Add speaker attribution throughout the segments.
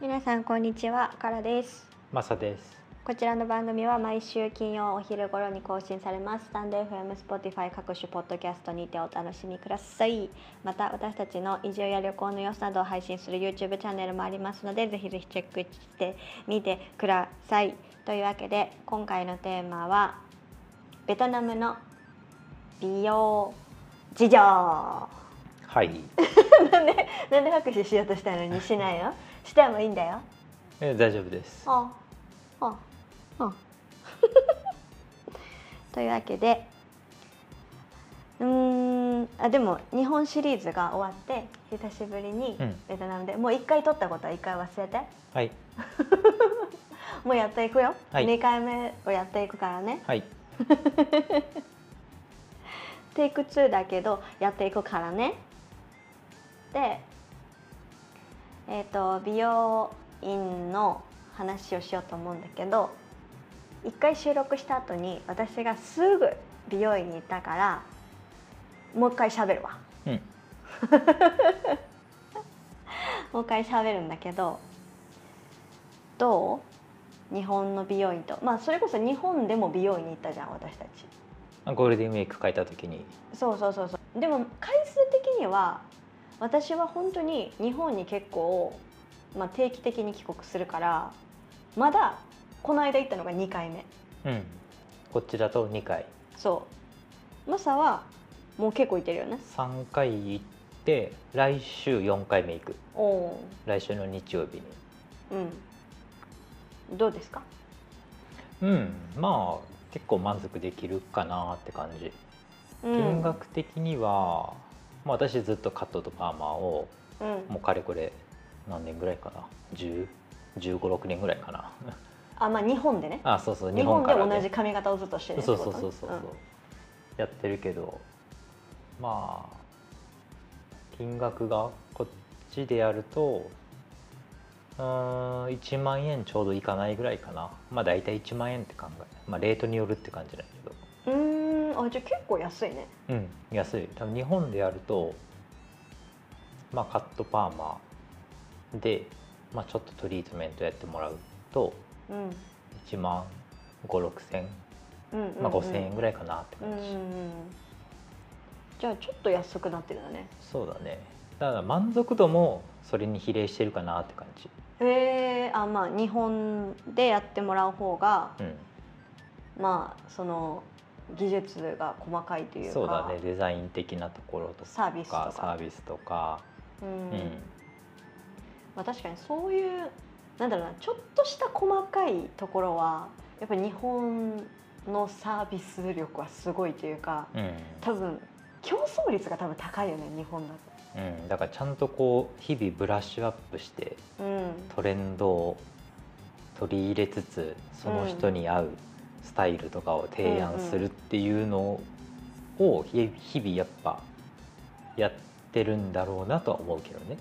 Speaker 1: 皆さんこんにちは、からです。
Speaker 2: マサです。
Speaker 1: こちらの番組は毎週金曜お昼頃に更新されます。スタンド FM、Spotify 各種ポッドキャストにてお楽しみください。また私たちの移住や旅行の様子などを配信する YouTube チャンネルもありますので、ぜひぜひチェックしてみてください。というわけで今回のテーマはベトナムの美容事情。
Speaker 2: はい。
Speaker 1: なんで拍手しようとしたのにしないの？ してもいいんだよ。
Speaker 2: え大丈 夫です。
Speaker 1: あああというわけでうーんあでも日本シリーズが終わって久しぶりに
Speaker 2: うん
Speaker 1: ベトナムで、もう1回撮ったことは1回忘れて
Speaker 2: はい。
Speaker 1: もうやっていくよ、
Speaker 2: はい
Speaker 1: 2回目をやっていくからね
Speaker 2: はい。
Speaker 1: テイク2だけどやっていくからねでえっ、と美容院の話をしようと思うんだけど一回収録した後に私がすぐ美容院に行ったからもう一回喋るわ
Speaker 2: うん。
Speaker 1: もう一回喋るんだけどどう日本の美容院とまあそれこそ日本でも美容院に行ったじゃん私たち
Speaker 2: あゴールデンウィーク書いたときに。
Speaker 1: そうそうそうそうでも回数的には私は本当に日本に結構、まあ、定期的に帰国するからまだこの間行ったのが2回目
Speaker 2: うん。こっちだと2回。
Speaker 1: そうマサはもう結構行ってるよね
Speaker 2: 3回行って、来週4回目行く。
Speaker 1: おお
Speaker 2: 来週の日曜日に。
Speaker 1: ーうんどうですか
Speaker 2: うん。まあ、結構満足できるかなって感じ。
Speaker 1: うん
Speaker 2: 金額的には、まあ私ずっとカットとパーマを、
Speaker 1: うん
Speaker 2: もうかれこれ何年ぐらいかな。10、15、6年ぐらいかな。
Speaker 1: あまあ日本でね
Speaker 2: あ、そうそう、
Speaker 1: 日本で
Speaker 2: からね
Speaker 1: 同じ髪型をずっとしてるって
Speaker 2: そ
Speaker 1: こ
Speaker 2: う
Speaker 1: と
Speaker 2: そうそうそうそう、やってるけどまあ金額がこっちでやるとうーん1万円ちょうどいかないぐらいかなまあ大体1万円って考えまあレートによるって感じだけど
Speaker 1: うんうーんあじゃあ結構安いね
Speaker 2: うん安い多分日本でやるとまあカットパーマで、まあ、ちょっとトリートメントやってもらうと
Speaker 1: うん
Speaker 2: 1万5 6千、
Speaker 1: うんうんうん
Speaker 2: まあ、5,000円ぐらいかなって
Speaker 1: う
Speaker 2: 感
Speaker 1: ん
Speaker 2: じ、
Speaker 1: うんじゃあちょっと安くなってるんだね
Speaker 2: そうだねだから満足度もそれに比例してるかなって感じ
Speaker 1: へえあまあ日本でやってもらう方が
Speaker 2: うん
Speaker 1: まあその技術が細かいというか
Speaker 2: そうだねデザイン的なところとか
Speaker 1: サービスとか
Speaker 2: サービスとか
Speaker 1: うん
Speaker 2: うん、
Speaker 1: まあ、確かにそういうなんだろうなちょっとした細かいところはやっぱり日本のサービス力はすごいというか
Speaker 2: うん
Speaker 1: 多分競争率が多分高いよね日本だ
Speaker 2: うんだからちゃんとこう日々ブラッシュアップして
Speaker 1: と。うん
Speaker 2: トレンドを取り入れつつその人に合うスタイルとかを提案するっていうのを日々やっぱやってるんだろうなとは思うけどね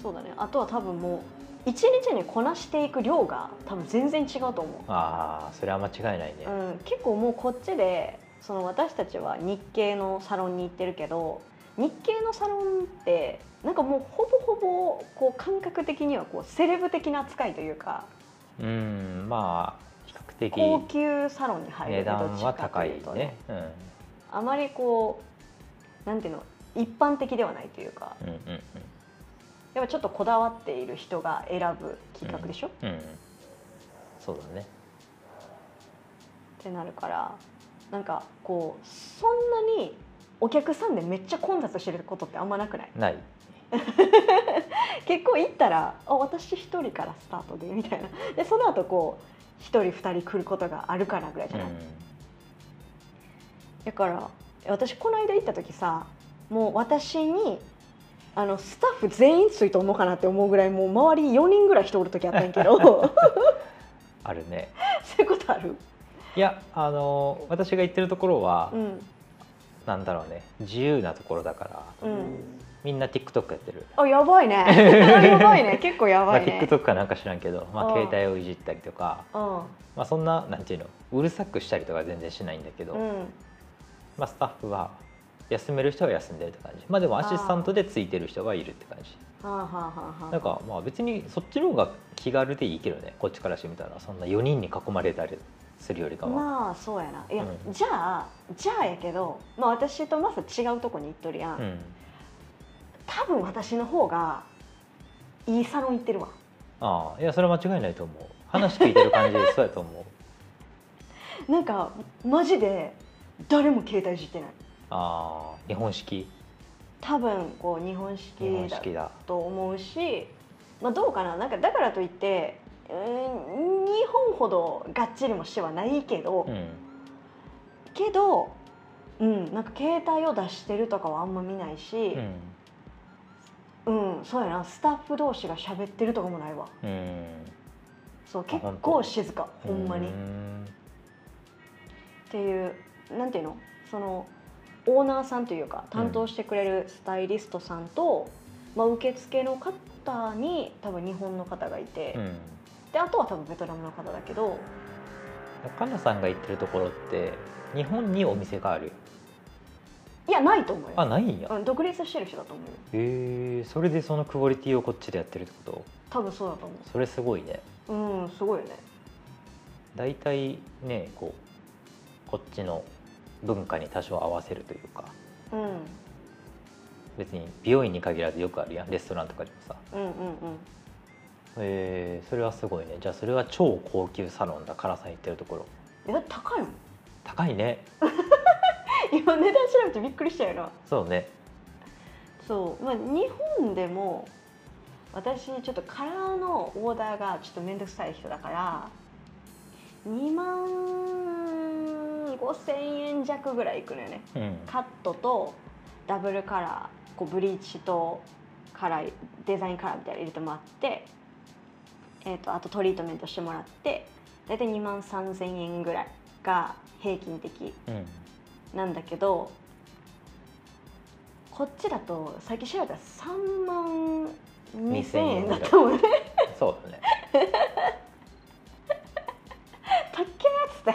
Speaker 1: そうだねあとは多分もう一日にこなしていく量が多分全然違うと思う
Speaker 2: ああそれは間違いないね、
Speaker 1: うん、結構もうこっちでその私たちは日系のサロンに行ってるけど日系のサロンってなんかもうほぼほぼこう感覚的にはこうセレブ的な扱いというか
Speaker 2: うんまあ比較的
Speaker 1: 高級サロンに入る
Speaker 2: 値
Speaker 1: けど
Speaker 2: 段は高い
Speaker 1: どっちかとうと
Speaker 2: ね、うん
Speaker 1: あまりこうなんていうの一般的ではないというか
Speaker 2: うんうん
Speaker 1: やっぱちょっとこだわっている人が選ぶ企画でしょ、っ
Speaker 2: うんうんそうだね
Speaker 1: てなるからなんかこうそんなにお客さんでめっちゃ混雑してることってあんまなくない
Speaker 2: ない
Speaker 1: 結構行ったらあ私一人からスタートでみたいな でその後こう一人二人来ることがあるからぐらいじ
Speaker 2: う
Speaker 1: ゃ
Speaker 2: ん
Speaker 1: ない、だから私この間行った時さもう私にあのスタッフ全員ついと思うかなって思うぐらいもう周り4人ぐらい人おる時あったんやけ ど そ
Speaker 2: あるね
Speaker 1: ういうことある、
Speaker 2: いやあの私が言ってるところは、
Speaker 1: うん
Speaker 2: なんだろうね自由なところだから、
Speaker 1: うん、
Speaker 2: みんな TikTok やってる、
Speaker 1: あや ばいねやばいね結構や
Speaker 2: ま
Speaker 1: ば
Speaker 2: あ、
Speaker 1: いね、
Speaker 2: TikTok かなんか知らんけど、まあ、
Speaker 1: ああ
Speaker 2: 携帯をいじったりとか、まあ、そんななんていうのうるさくしたりとか全然しないんだけど、
Speaker 1: うん、うん、
Speaker 2: まあ、スタッフは休める人は休んでるって感じまあでもアシスタントでついてる人はいるって感じ
Speaker 1: はあはあはあはあ
Speaker 2: なんかまあ別にそっちの方が気軽でいいけどねこっちからしてみたらそんな4人に囲まれたりするよりかは、
Speaker 1: まあそうやないや、
Speaker 2: う
Speaker 1: じゃあじゃあやけど、まあ、私とマサ違うとこに行っとるやん、
Speaker 2: うん、
Speaker 1: 多分私の方がいいサロン行ってるわ
Speaker 2: ああいやそれは間違いないと思う話聞いてる感じでそうやと思う
Speaker 1: なんかマジで誰も携帯いじってない
Speaker 2: ああ日本式
Speaker 1: 多分こう日本
Speaker 2: 日
Speaker 1: 式
Speaker 2: 本
Speaker 1: だ
Speaker 2: 式だ
Speaker 1: と思うし、まあ、どうかななんかだからといってうーん日本ほどがっちりもしてはないけど、
Speaker 2: うん
Speaker 1: けど、うん、なんか携帯を出してるとかはあんま見ないし
Speaker 2: う、ん、
Speaker 1: うんそうやなスタッフ同士が喋ってるとかもないわ
Speaker 2: うん、
Speaker 1: そう
Speaker 2: あ
Speaker 1: 結
Speaker 2: 本当
Speaker 1: 構静かほんまに。
Speaker 2: う
Speaker 1: っ
Speaker 2: ん
Speaker 1: ていうなんていうのそのオーナーさんというか担当してくれるスタイリストさんと、まあ、受付の方に多分日本の方がいて、
Speaker 2: うん
Speaker 1: であとは多分ベトナムの方だけど
Speaker 2: かなさんが言ってるところって日本にお店がある
Speaker 1: いやないと思う
Speaker 2: あ
Speaker 1: よ、
Speaker 2: ないんや
Speaker 1: うん、独立してる人だと思うよ
Speaker 2: へえそれでそのクオリティをこっちでやってるってこと
Speaker 1: 多分そうだと思
Speaker 2: それすごいね
Speaker 1: ううんすごいよね
Speaker 2: 大体ねこうこっちの文化に多少合わせるというか
Speaker 1: うん
Speaker 2: 別に美容院に限らずよくあるやんレストランとかでもさ
Speaker 1: うんうんうん
Speaker 2: へえそれはすごいねじゃあそれは超高級サロンだからさん言ってるところ
Speaker 1: えだって高いもん
Speaker 2: 高いね
Speaker 1: 今値段調べてびっくりしたよな
Speaker 2: そうね
Speaker 1: そうまあ日本でも私ちょっとカラーのオーダーがちょっと面倒くさい人だから2万5000円弱ぐらいいくのよね
Speaker 2: うん
Speaker 1: カットとダブルカラーこうブリーチとカラーデザインカラーみたいなの入れてもらって、えー、とあとトリートメントしてもらって大体2万3,000円ぐらいが平均的
Speaker 2: うん
Speaker 1: なんだけどこっちだと最近調べたら3万2,000円だったもんね
Speaker 2: そうだね
Speaker 1: 高っつって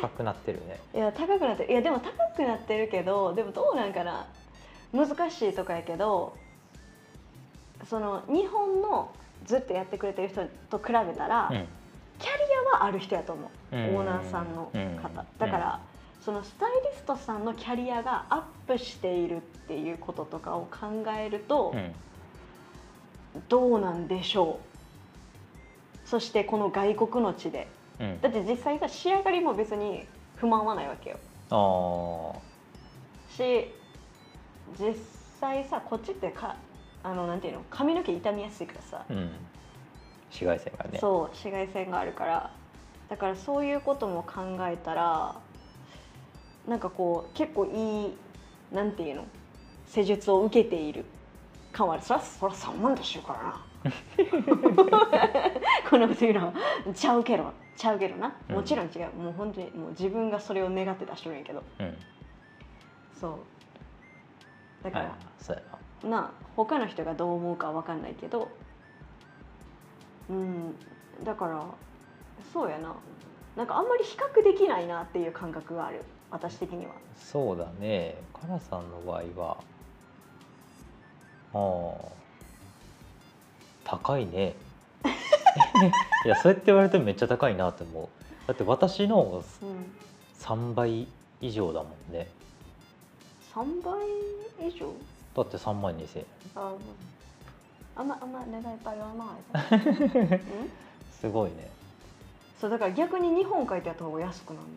Speaker 2: 高くなってるね
Speaker 1: いや高くなってるいやでも高くなってるけどでもどうなんかな難しいとかやけどその日本のずっとやってくれてる人と比べたら、
Speaker 2: う
Speaker 1: キャリ
Speaker 2: ん
Speaker 1: アはある人やと思う、
Speaker 2: うん
Speaker 1: オーナーさんの方、
Speaker 2: うん
Speaker 1: だから、そのスタイリストさんのキャリアがアップしているっていうこととかを考えると
Speaker 2: う、ん
Speaker 1: どうなんでしょうそしてこの外国の地で
Speaker 2: うん
Speaker 1: だって実際さ仕上がりも別に不満はないわけよ
Speaker 2: あー
Speaker 1: し実際さこっちってかあのなんていうの髪の毛傷みやすいからさ、
Speaker 2: うん紫外線がね
Speaker 1: そう紫外線があるからだからそういうことも考えたらなんかこう結構いいなんていうの施術を受けている感はあるそらそら3万出してるから なこんなこと言うのはちゃうけどちゃうけどなもちろん違う、もう本当にもう自分がそれを願って出してるんやけど
Speaker 2: うん
Speaker 1: そうだか
Speaker 2: は
Speaker 1: ら、
Speaker 2: いそうやな
Speaker 1: な他の人がどう思うかわかんないけどうんだからそうやななんかあんまり比較できないなっていう感覚がある私的には
Speaker 2: そうだねカラさんの場合はああ高いね いやそうやって言われてもめっちゃ高いなって思うだって私の
Speaker 1: うん
Speaker 2: 3倍以上だもんね
Speaker 1: 3倍以上
Speaker 2: だって3万2000円
Speaker 1: ああんまあんま値段いっぱい言わないうん
Speaker 2: すごいね
Speaker 1: そうだから逆に2本書いてやった方が安くなるね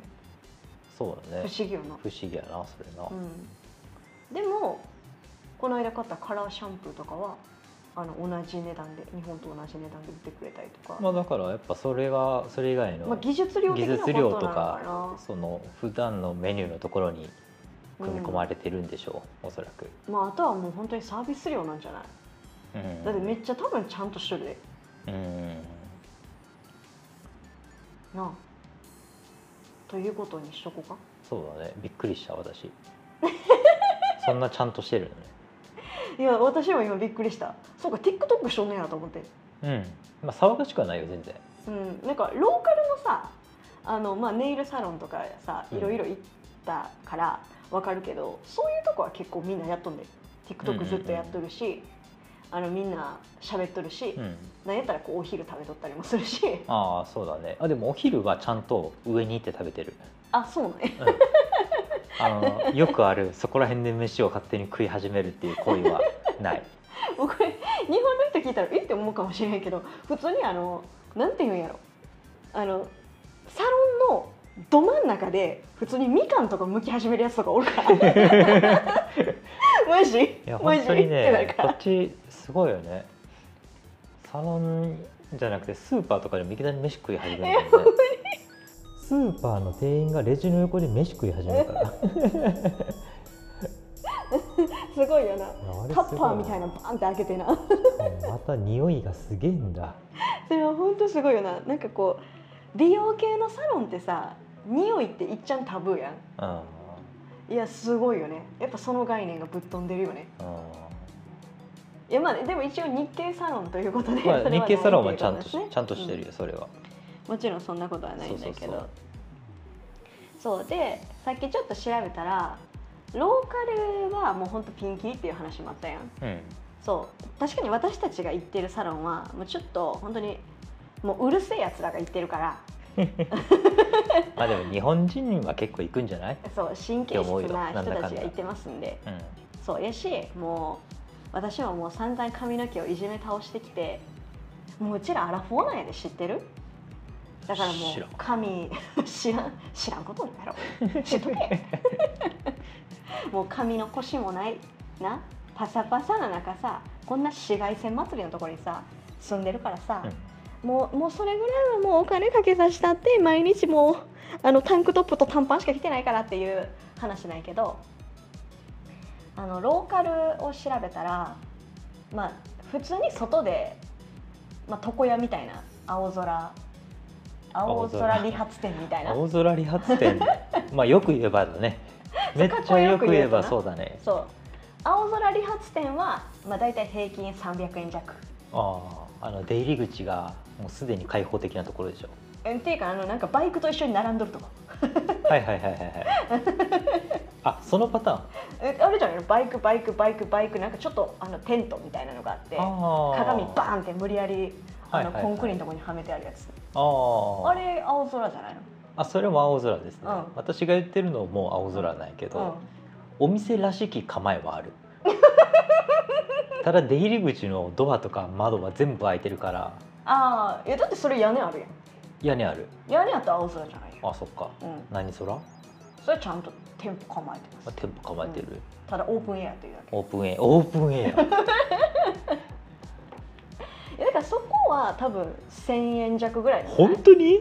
Speaker 2: そう
Speaker 1: 不
Speaker 2: だね
Speaker 1: 思議よな
Speaker 2: 不思議やなそれな、
Speaker 1: うんでもこの間買ったカラーシャンプーとかはあの同じ値段で日本と同じ値段で売ってくれたりとか
Speaker 2: まあだからやっぱそれがそれ以外の、
Speaker 1: まあ、技術量的
Speaker 2: 技
Speaker 1: なこと
Speaker 2: 術
Speaker 1: なの
Speaker 2: 量と
Speaker 1: か
Speaker 2: かその普段のメニューのところに
Speaker 1: な
Speaker 2: 組み込ま
Speaker 1: れ、
Speaker 2: れてるんでしょう、おそらく、
Speaker 1: うんまあ、あとはもう本当にサービス量なんじゃない、
Speaker 2: うん
Speaker 1: だってめっちゃ多分ちゃんとしてるで
Speaker 2: うん
Speaker 1: なあということにしとこうか
Speaker 2: そうだねびっくりし た私そんなちゃんとしてる
Speaker 1: いや私も今びっくりしたそうか TikTok しとんねやと思って
Speaker 2: のねうんまあ騒がしくはないよ全然
Speaker 1: うんなんかローカルのさあの、まあ、ネイルサロンとかさ
Speaker 2: うん
Speaker 1: いろいろ行ったからわかるけど、そういうとこは結構みんなやっとんで TikTok ずっとやっとるし、あのみんな喋っとるし、
Speaker 2: うん、
Speaker 1: なんやったらこうお昼食べとったりもするし
Speaker 2: ああそうだねあでもお昼はちゃんと上に行って食べてる
Speaker 1: あそうね
Speaker 2: あのよくあるそこら辺で飯を勝手に食い始めるっていう行為は ない
Speaker 1: もうこれ日本の人聞いたらえって思うかもしれんけど普通にあのなんていうんやろあのサロンのど真ん中で普通にみかんとか剥き始めるやつとかおるから マジ
Speaker 2: いや
Speaker 1: マ
Speaker 2: 本
Speaker 1: ジ
Speaker 2: 当に
Speaker 1: って
Speaker 2: ね
Speaker 1: な
Speaker 2: こ
Speaker 1: ん
Speaker 2: っ
Speaker 1: か
Speaker 2: ちすごいよねサロンじゃなくてスーパーとかでもいきなり飯食い始めるからね スーパーの店員がレジの横で飯食い始めるから
Speaker 1: すごいよな
Speaker 2: あれすご い
Speaker 1: タッパーみたいなのバーンって開けてな
Speaker 2: うんまた匂いがすげえんだ
Speaker 1: それは本当すごいよななんかこう美容系のサロンってさ匂いっていっちゃんタブーやん
Speaker 2: う ん
Speaker 1: いやすごいよねやっぱその概念がぶっ飛んでるよね
Speaker 2: うん
Speaker 1: いやまあねでも一応日系サロンということで、
Speaker 2: ま
Speaker 1: そ
Speaker 2: あ、
Speaker 1: れ
Speaker 2: 日系サロンはちゃんと
Speaker 1: ない
Speaker 2: し
Speaker 1: というこですね
Speaker 2: ちゃんとしてるよそれは、
Speaker 1: もちろんそんなことはないんだけどそ
Speaker 2: そううそうそう
Speaker 1: でさっきちょっと調べたらローカルはもうほんとピンキリっていう話もあったやん
Speaker 2: うん、
Speaker 1: そう確かに私たちが行ってるサロンはもうちょっと本当にもううるせえやつらが行ってるから
Speaker 2: まあでも日本人は結構行くんじゃない、
Speaker 1: そう神経質
Speaker 2: って思うよ
Speaker 1: な人
Speaker 2: なんだ
Speaker 1: た
Speaker 2: か
Speaker 1: ち
Speaker 2: ん
Speaker 1: が
Speaker 2: だ
Speaker 1: 行ってますんで
Speaker 2: うん、
Speaker 1: そうやしもう私はもう散々髪の毛をいじめ倒してきてもううちらアラフォーなんやで知ってるだからも
Speaker 2: 知ら
Speaker 1: うん髪 知らん知らんことになろ う知っとけ もう髪の腰もないなパサパサな中さこんな紫外線祭りのところにさ住んでるからさ、もうもうそれぐらいはもうお金かけさせたって毎日もうあのタンクトップと短パンしか着てないからっていう話ないけどあのローカルを調べたらまあ普通に外で、まあ、床屋みたいな青空青
Speaker 2: 青空
Speaker 1: 空理髪店みたいな
Speaker 2: 青空理髪 店まあよく言えばだねめっちゃよく言えばそうだね
Speaker 1: そう青空理髪店は、まあ、大体平均300円弱
Speaker 2: あああの出入り口がもうすでに開放的なところでしょ
Speaker 1: えっていうかあのなんかバイクと一緒に並んどるとか
Speaker 2: はいはいはいはいはい あそのパターン
Speaker 1: えあるじゃないのバイクバイクバイクバイクなんかちょっとあのテントみたいなのがあって
Speaker 2: あ
Speaker 1: 鏡バ
Speaker 2: ン
Speaker 1: ーンって無理やりあの
Speaker 2: はいはいはい
Speaker 1: コンクリのとこにはめてあるやつ、
Speaker 2: あー
Speaker 1: あれ青空じゃないの
Speaker 2: あそれも青空ですね、
Speaker 1: うん
Speaker 2: 私が言ってるのも青空ないけど、お店らしき構えはあるただ出入り口のドアとか窓は全部開いてるから
Speaker 1: ああいやだってそれ屋根あるやん
Speaker 2: 屋根ある
Speaker 1: 屋根あったら青空じゃないよ、
Speaker 2: あそっか
Speaker 1: うん、
Speaker 2: 何空、ま
Speaker 1: それちゃんと店舗構えてま
Speaker 2: あ、
Speaker 1: す
Speaker 2: 店舗構えてる、
Speaker 1: ただオープンエアというだ
Speaker 2: オープンエアオープンエア
Speaker 1: けいやだからそこは多分1000円弱ぐらいじゃない
Speaker 2: 本当に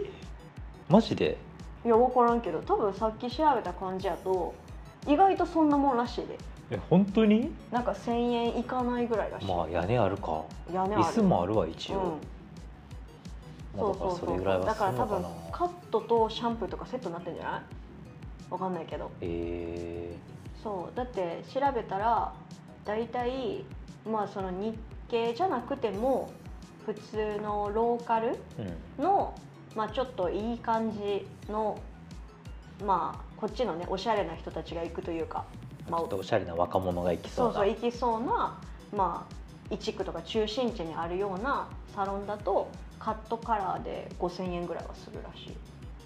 Speaker 2: マジで
Speaker 1: いや分からんけど多分さっき調べた感じやと意外とそんなもんらしいで
Speaker 2: え本当に
Speaker 1: なんか1000円いかないぐらいらしい、
Speaker 2: まあ屋根あるか
Speaker 1: 屋根ある
Speaker 2: 椅子もあるわ一
Speaker 1: うん
Speaker 2: 応、まあだからそれぐらいは
Speaker 1: だ
Speaker 2: する
Speaker 1: から多
Speaker 2: のか
Speaker 1: 分
Speaker 2: な
Speaker 1: カットとシャンプーとかセットになってんじゃないわかんないけど
Speaker 2: え
Speaker 1: そうだって調べたら大体まあその日系じゃなくても普通のローカル
Speaker 2: ー、うん
Speaker 1: の、まあ、ちょっといい感じのまあこっちのねおしゃれな人たちが行くというか、まあ
Speaker 2: ちょっとおしゃれな若者が行き
Speaker 1: そ
Speaker 2: そううな
Speaker 1: そう行きそうなまあ一区とか中心地にあるようなサロンだとカットカラーで5000円ぐらいはするらしい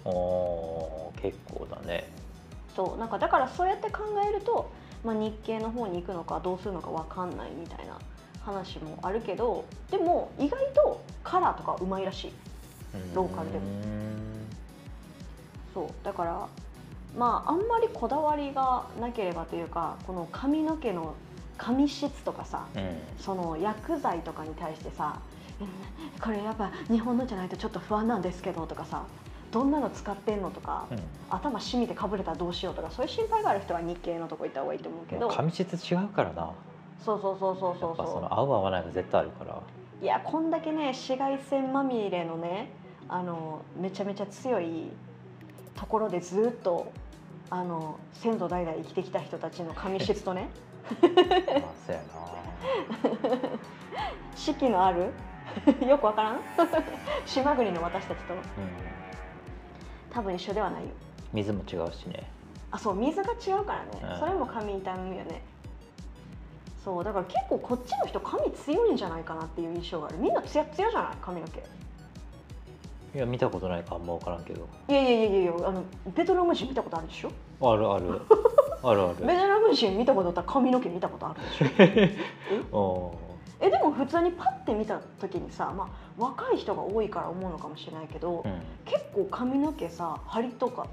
Speaker 2: おー結構だね
Speaker 1: そうなんかだからそうやって考えると、まあ、日系の方に行くのかどうするのかわかんないみたいな話もあるけどでも意外とカラーとかうまいらしいローカルでも
Speaker 2: うーん
Speaker 1: そうだからまああんまりこだわりがなければというかこの髪の毛の髪質とかさ
Speaker 2: うん
Speaker 1: その薬剤とかに対してさうんこれやっぱ日本のじゃないとちょっと不安なんですけどとかさどんなの使ってんのとか、
Speaker 2: うん
Speaker 1: 頭しみてかぶれたらどうしようとかそういう心配がある人は日系のとこ行った方がいいと思うけど
Speaker 2: もう髪質違うからな
Speaker 1: そうそうそうそう
Speaker 2: や
Speaker 1: そう
Speaker 2: っぱそ
Speaker 1: そ
Speaker 2: の合う合わないが絶対あるから
Speaker 1: ういやこんだけね紫外線まみれのねあのめちゃめちゃ強いところでずっとあの先祖代々生きてきた人たちの髪質と ね
Speaker 2: まあそうや
Speaker 1: 四季のある よくわからん 島国の私たちと
Speaker 2: な、うん、
Speaker 1: 多分一緒ではないよ
Speaker 2: 水も違うしね
Speaker 1: あそう水が違うからね、
Speaker 2: うん
Speaker 1: それも髪痛むよねそうだから結構こっちの人髪強いんじゃないかなっていう印象があるみんなツヤツヤじゃない髪の毛
Speaker 2: いや見たことないからあんま分からんけど
Speaker 1: いやいやいやいやあのベトナム人見たことあるでしょ
Speaker 2: あるあるあるあ
Speaker 1: ベト
Speaker 2: る
Speaker 1: ナム人見たことあったら髪の毛見たことあるでしょえでも普通にパッて見た時にさ、まあ、若い人が多いから思うのかもしれないけど、
Speaker 2: うん、うん
Speaker 1: 結構髪の毛さ張りとか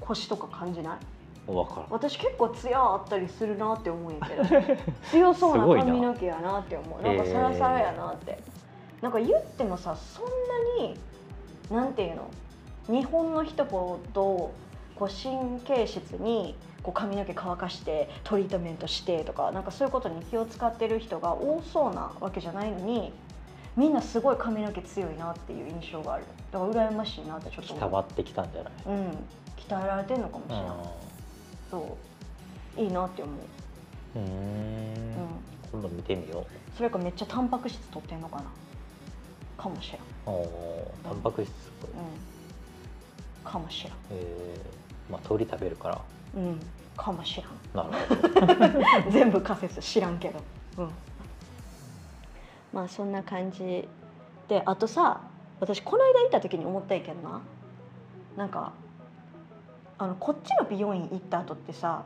Speaker 1: 腰とか感じない
Speaker 2: 分からん
Speaker 1: 私結構ツヤあったりするなって思うんやけど 強そう
Speaker 2: すごい
Speaker 1: な
Speaker 2: な
Speaker 1: 髪の毛やなって思うなんか
Speaker 2: へー
Speaker 1: サラサラやなって、なんか言ってもさそんなになんていうの日本の人ほどこう神経質にこう髪の毛乾かしてトリートメントしてとかなんかそういうことに気を使ってる人が多そうなわけじゃないのにみんなすごい髪の毛強いなっていう印象があるだから羨ましいなってちょっと
Speaker 2: たまってきたんじゃない、
Speaker 1: うん鍛えられてるのかもしれない、そういいなって思う、
Speaker 2: うん
Speaker 1: うん
Speaker 2: うん今度見てみよ
Speaker 1: それかめっちゃタンパク質取ってんのかなかもしれん、
Speaker 2: うおータンパク質、
Speaker 1: うん、かもしれ
Speaker 2: えー、まあ鳥食べるから
Speaker 1: ん、うん、かもし
Speaker 2: なるほど
Speaker 1: らん 全部仮説知らんけど、うん、まあそんな感じであとさ私この間行った時に思ったんやけどななんかあのこっちの美容院行った後ってさ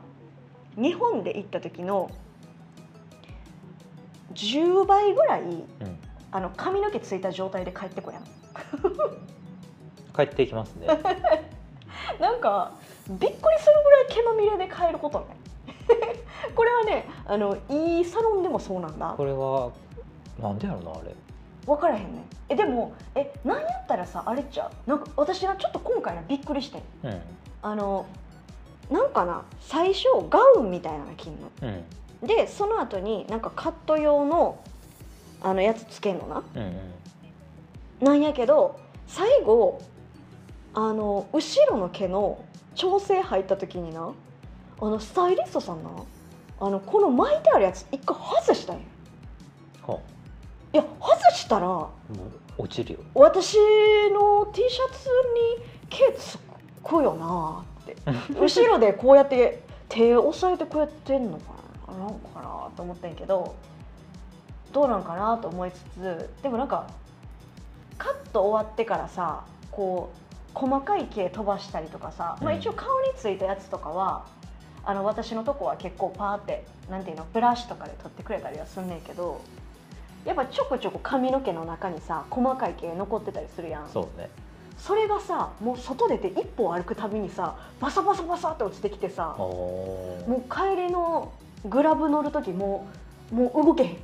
Speaker 1: 日本で行った時の10倍ぐらい
Speaker 2: うん
Speaker 1: あの髪の毛ついた状態で帰ってこやん
Speaker 2: 帰ってきますね
Speaker 1: なんかびっくりするぐらい毛まみれで帰ることね これはねあのいいサロンでもそうなんだ
Speaker 2: これはなんでやろなあれ
Speaker 1: 分からへんねんえでもえなんやったらさあれっちゃうなんか私がちょっと今回のびっくりしてん
Speaker 2: う
Speaker 1: あのなんかな最初ガウンみたいなの着んの
Speaker 2: んうん
Speaker 1: でその後になんかカット用のあのやつつけんのな
Speaker 2: うんうん
Speaker 1: なんやけど最後あの後ろの毛の調整入った時になあのスタイリストさんなあのこの巻いてあるやつ一回外したんよ
Speaker 2: はい
Speaker 1: や外したら
Speaker 2: もう落ちるよ
Speaker 1: 私の T シャツに毛つくよなって 後ろでこうやって手を押さえてこうやってんのかななんかなと思ってんけどどうなんかなと思いつつでもなんかカット終わってからさこう細かい毛飛ばしたりとかさ、まあ、
Speaker 2: うん
Speaker 1: 一応顔についたやつとかはあの私のとこは結構パーってなんていうのブラシとかで取ってくれたりはすんねんけどやっぱちょこちょこ髪の毛の中にさ細かい毛残ってたりするやん
Speaker 2: そうね
Speaker 1: それがさもう外出て一歩歩くたびにさバサバサバサって落ちてきてさ
Speaker 2: おおー
Speaker 1: もう帰りのグラブ乗る時ももう動けへん、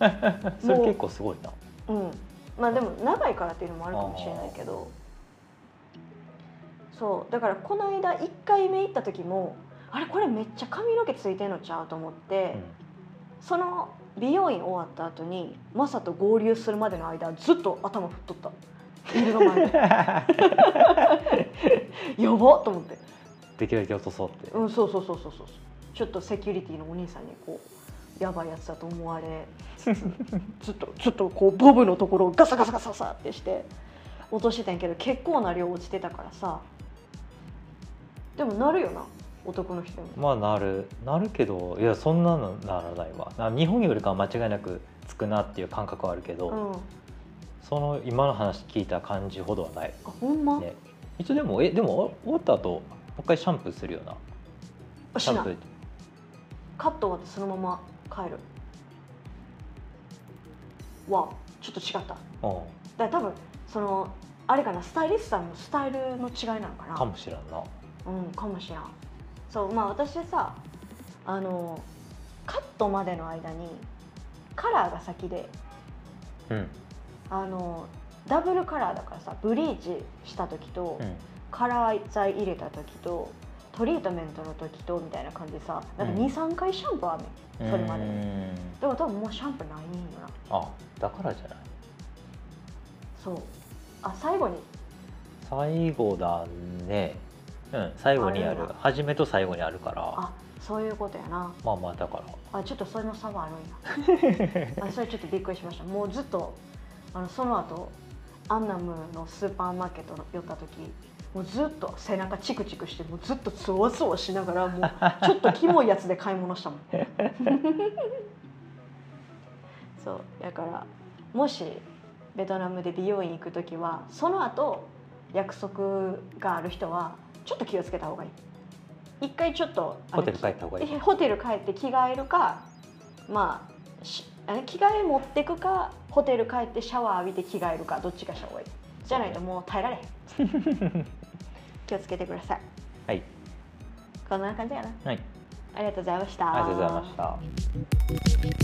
Speaker 2: それ結構すごいな
Speaker 1: うん、まあでも長いからっていうのもあるかもしれないけどそうだからこの間1回目行った時もあれこれめっちゃ髪の毛ついてんのちゃうと思って、その美容院終わった後にマサと合流するまでの間ずっと頭振っとったビールの前 でやばっと思って
Speaker 2: できるだけ落とそうって、
Speaker 1: うん、そうそうそうそうそうちょっとセキュリティのお兄さんにこうやばいやつだと思われつつ ずっとずっとこうボブのところをガサガサガサガサってして落としてたんやけど結構な量落ちてたからさでもなるよな男の人でも
Speaker 2: まあなるなるけどいやそんなのならないわな日本よりかは間違いなくつくなっていう感覚はあるけど、
Speaker 1: うんあ
Speaker 2: その今の話聞いた感じほどはない
Speaker 1: ほんま、
Speaker 2: ね一応でもえでも終わった後もう一回シャンプーするよな
Speaker 1: あ
Speaker 2: シ
Speaker 1: し
Speaker 2: ャン
Speaker 1: な
Speaker 2: プ
Speaker 1: い
Speaker 2: ー
Speaker 1: カット終わってそのまま帰るわちょっと違っただか
Speaker 2: うん
Speaker 1: ら多分そのあれかなスタイリストさんのスタイルの違いなのかな
Speaker 2: かもしらんな
Speaker 1: うんかもしらんそうまあ私さあのカットまでの間にカラーが先で
Speaker 2: うん
Speaker 1: あのダブルカラーだからさブリーチした時と、
Speaker 2: うん
Speaker 1: カラー剤入れた時とトリートメントの時とみたいな感じでさなんか
Speaker 2: うん
Speaker 1: 23、回シャンプーあんねん
Speaker 2: そ
Speaker 1: れまででも多分もうシャンプーないんよな
Speaker 2: あだからじゃない
Speaker 1: そうあ最後に
Speaker 2: 最後だねうん最後に
Speaker 1: あ
Speaker 2: ある
Speaker 1: るんだ
Speaker 2: 初めと最後にあるから
Speaker 1: あそういうことやな
Speaker 2: まあまあだから
Speaker 1: あちょっとそれの差はあるん やあそれちょっとびっくりしましたもうずっとあのその後アンナムのスーパーマーケット寄った時もうずっと背中チクチクしてもうずっ とつわつわしながらもうちょっとキモいやつで買い物したもんそうだからもしベトナムで美容院行く時はその後約束がある人はちょっと気をつけた方がいい一回ちょっとあの
Speaker 2: ホテル帰った方がいい
Speaker 1: きホテル帰って着替えるかまあしあれ着替え持ってくかホテル帰ってシャワー浴びて着替えるかどっちかした方がいいじゃないともう耐えられへん 気をつけてください
Speaker 2: はい
Speaker 1: こんな感じやな
Speaker 2: はい
Speaker 1: ありがとうございました
Speaker 2: ありがとうございました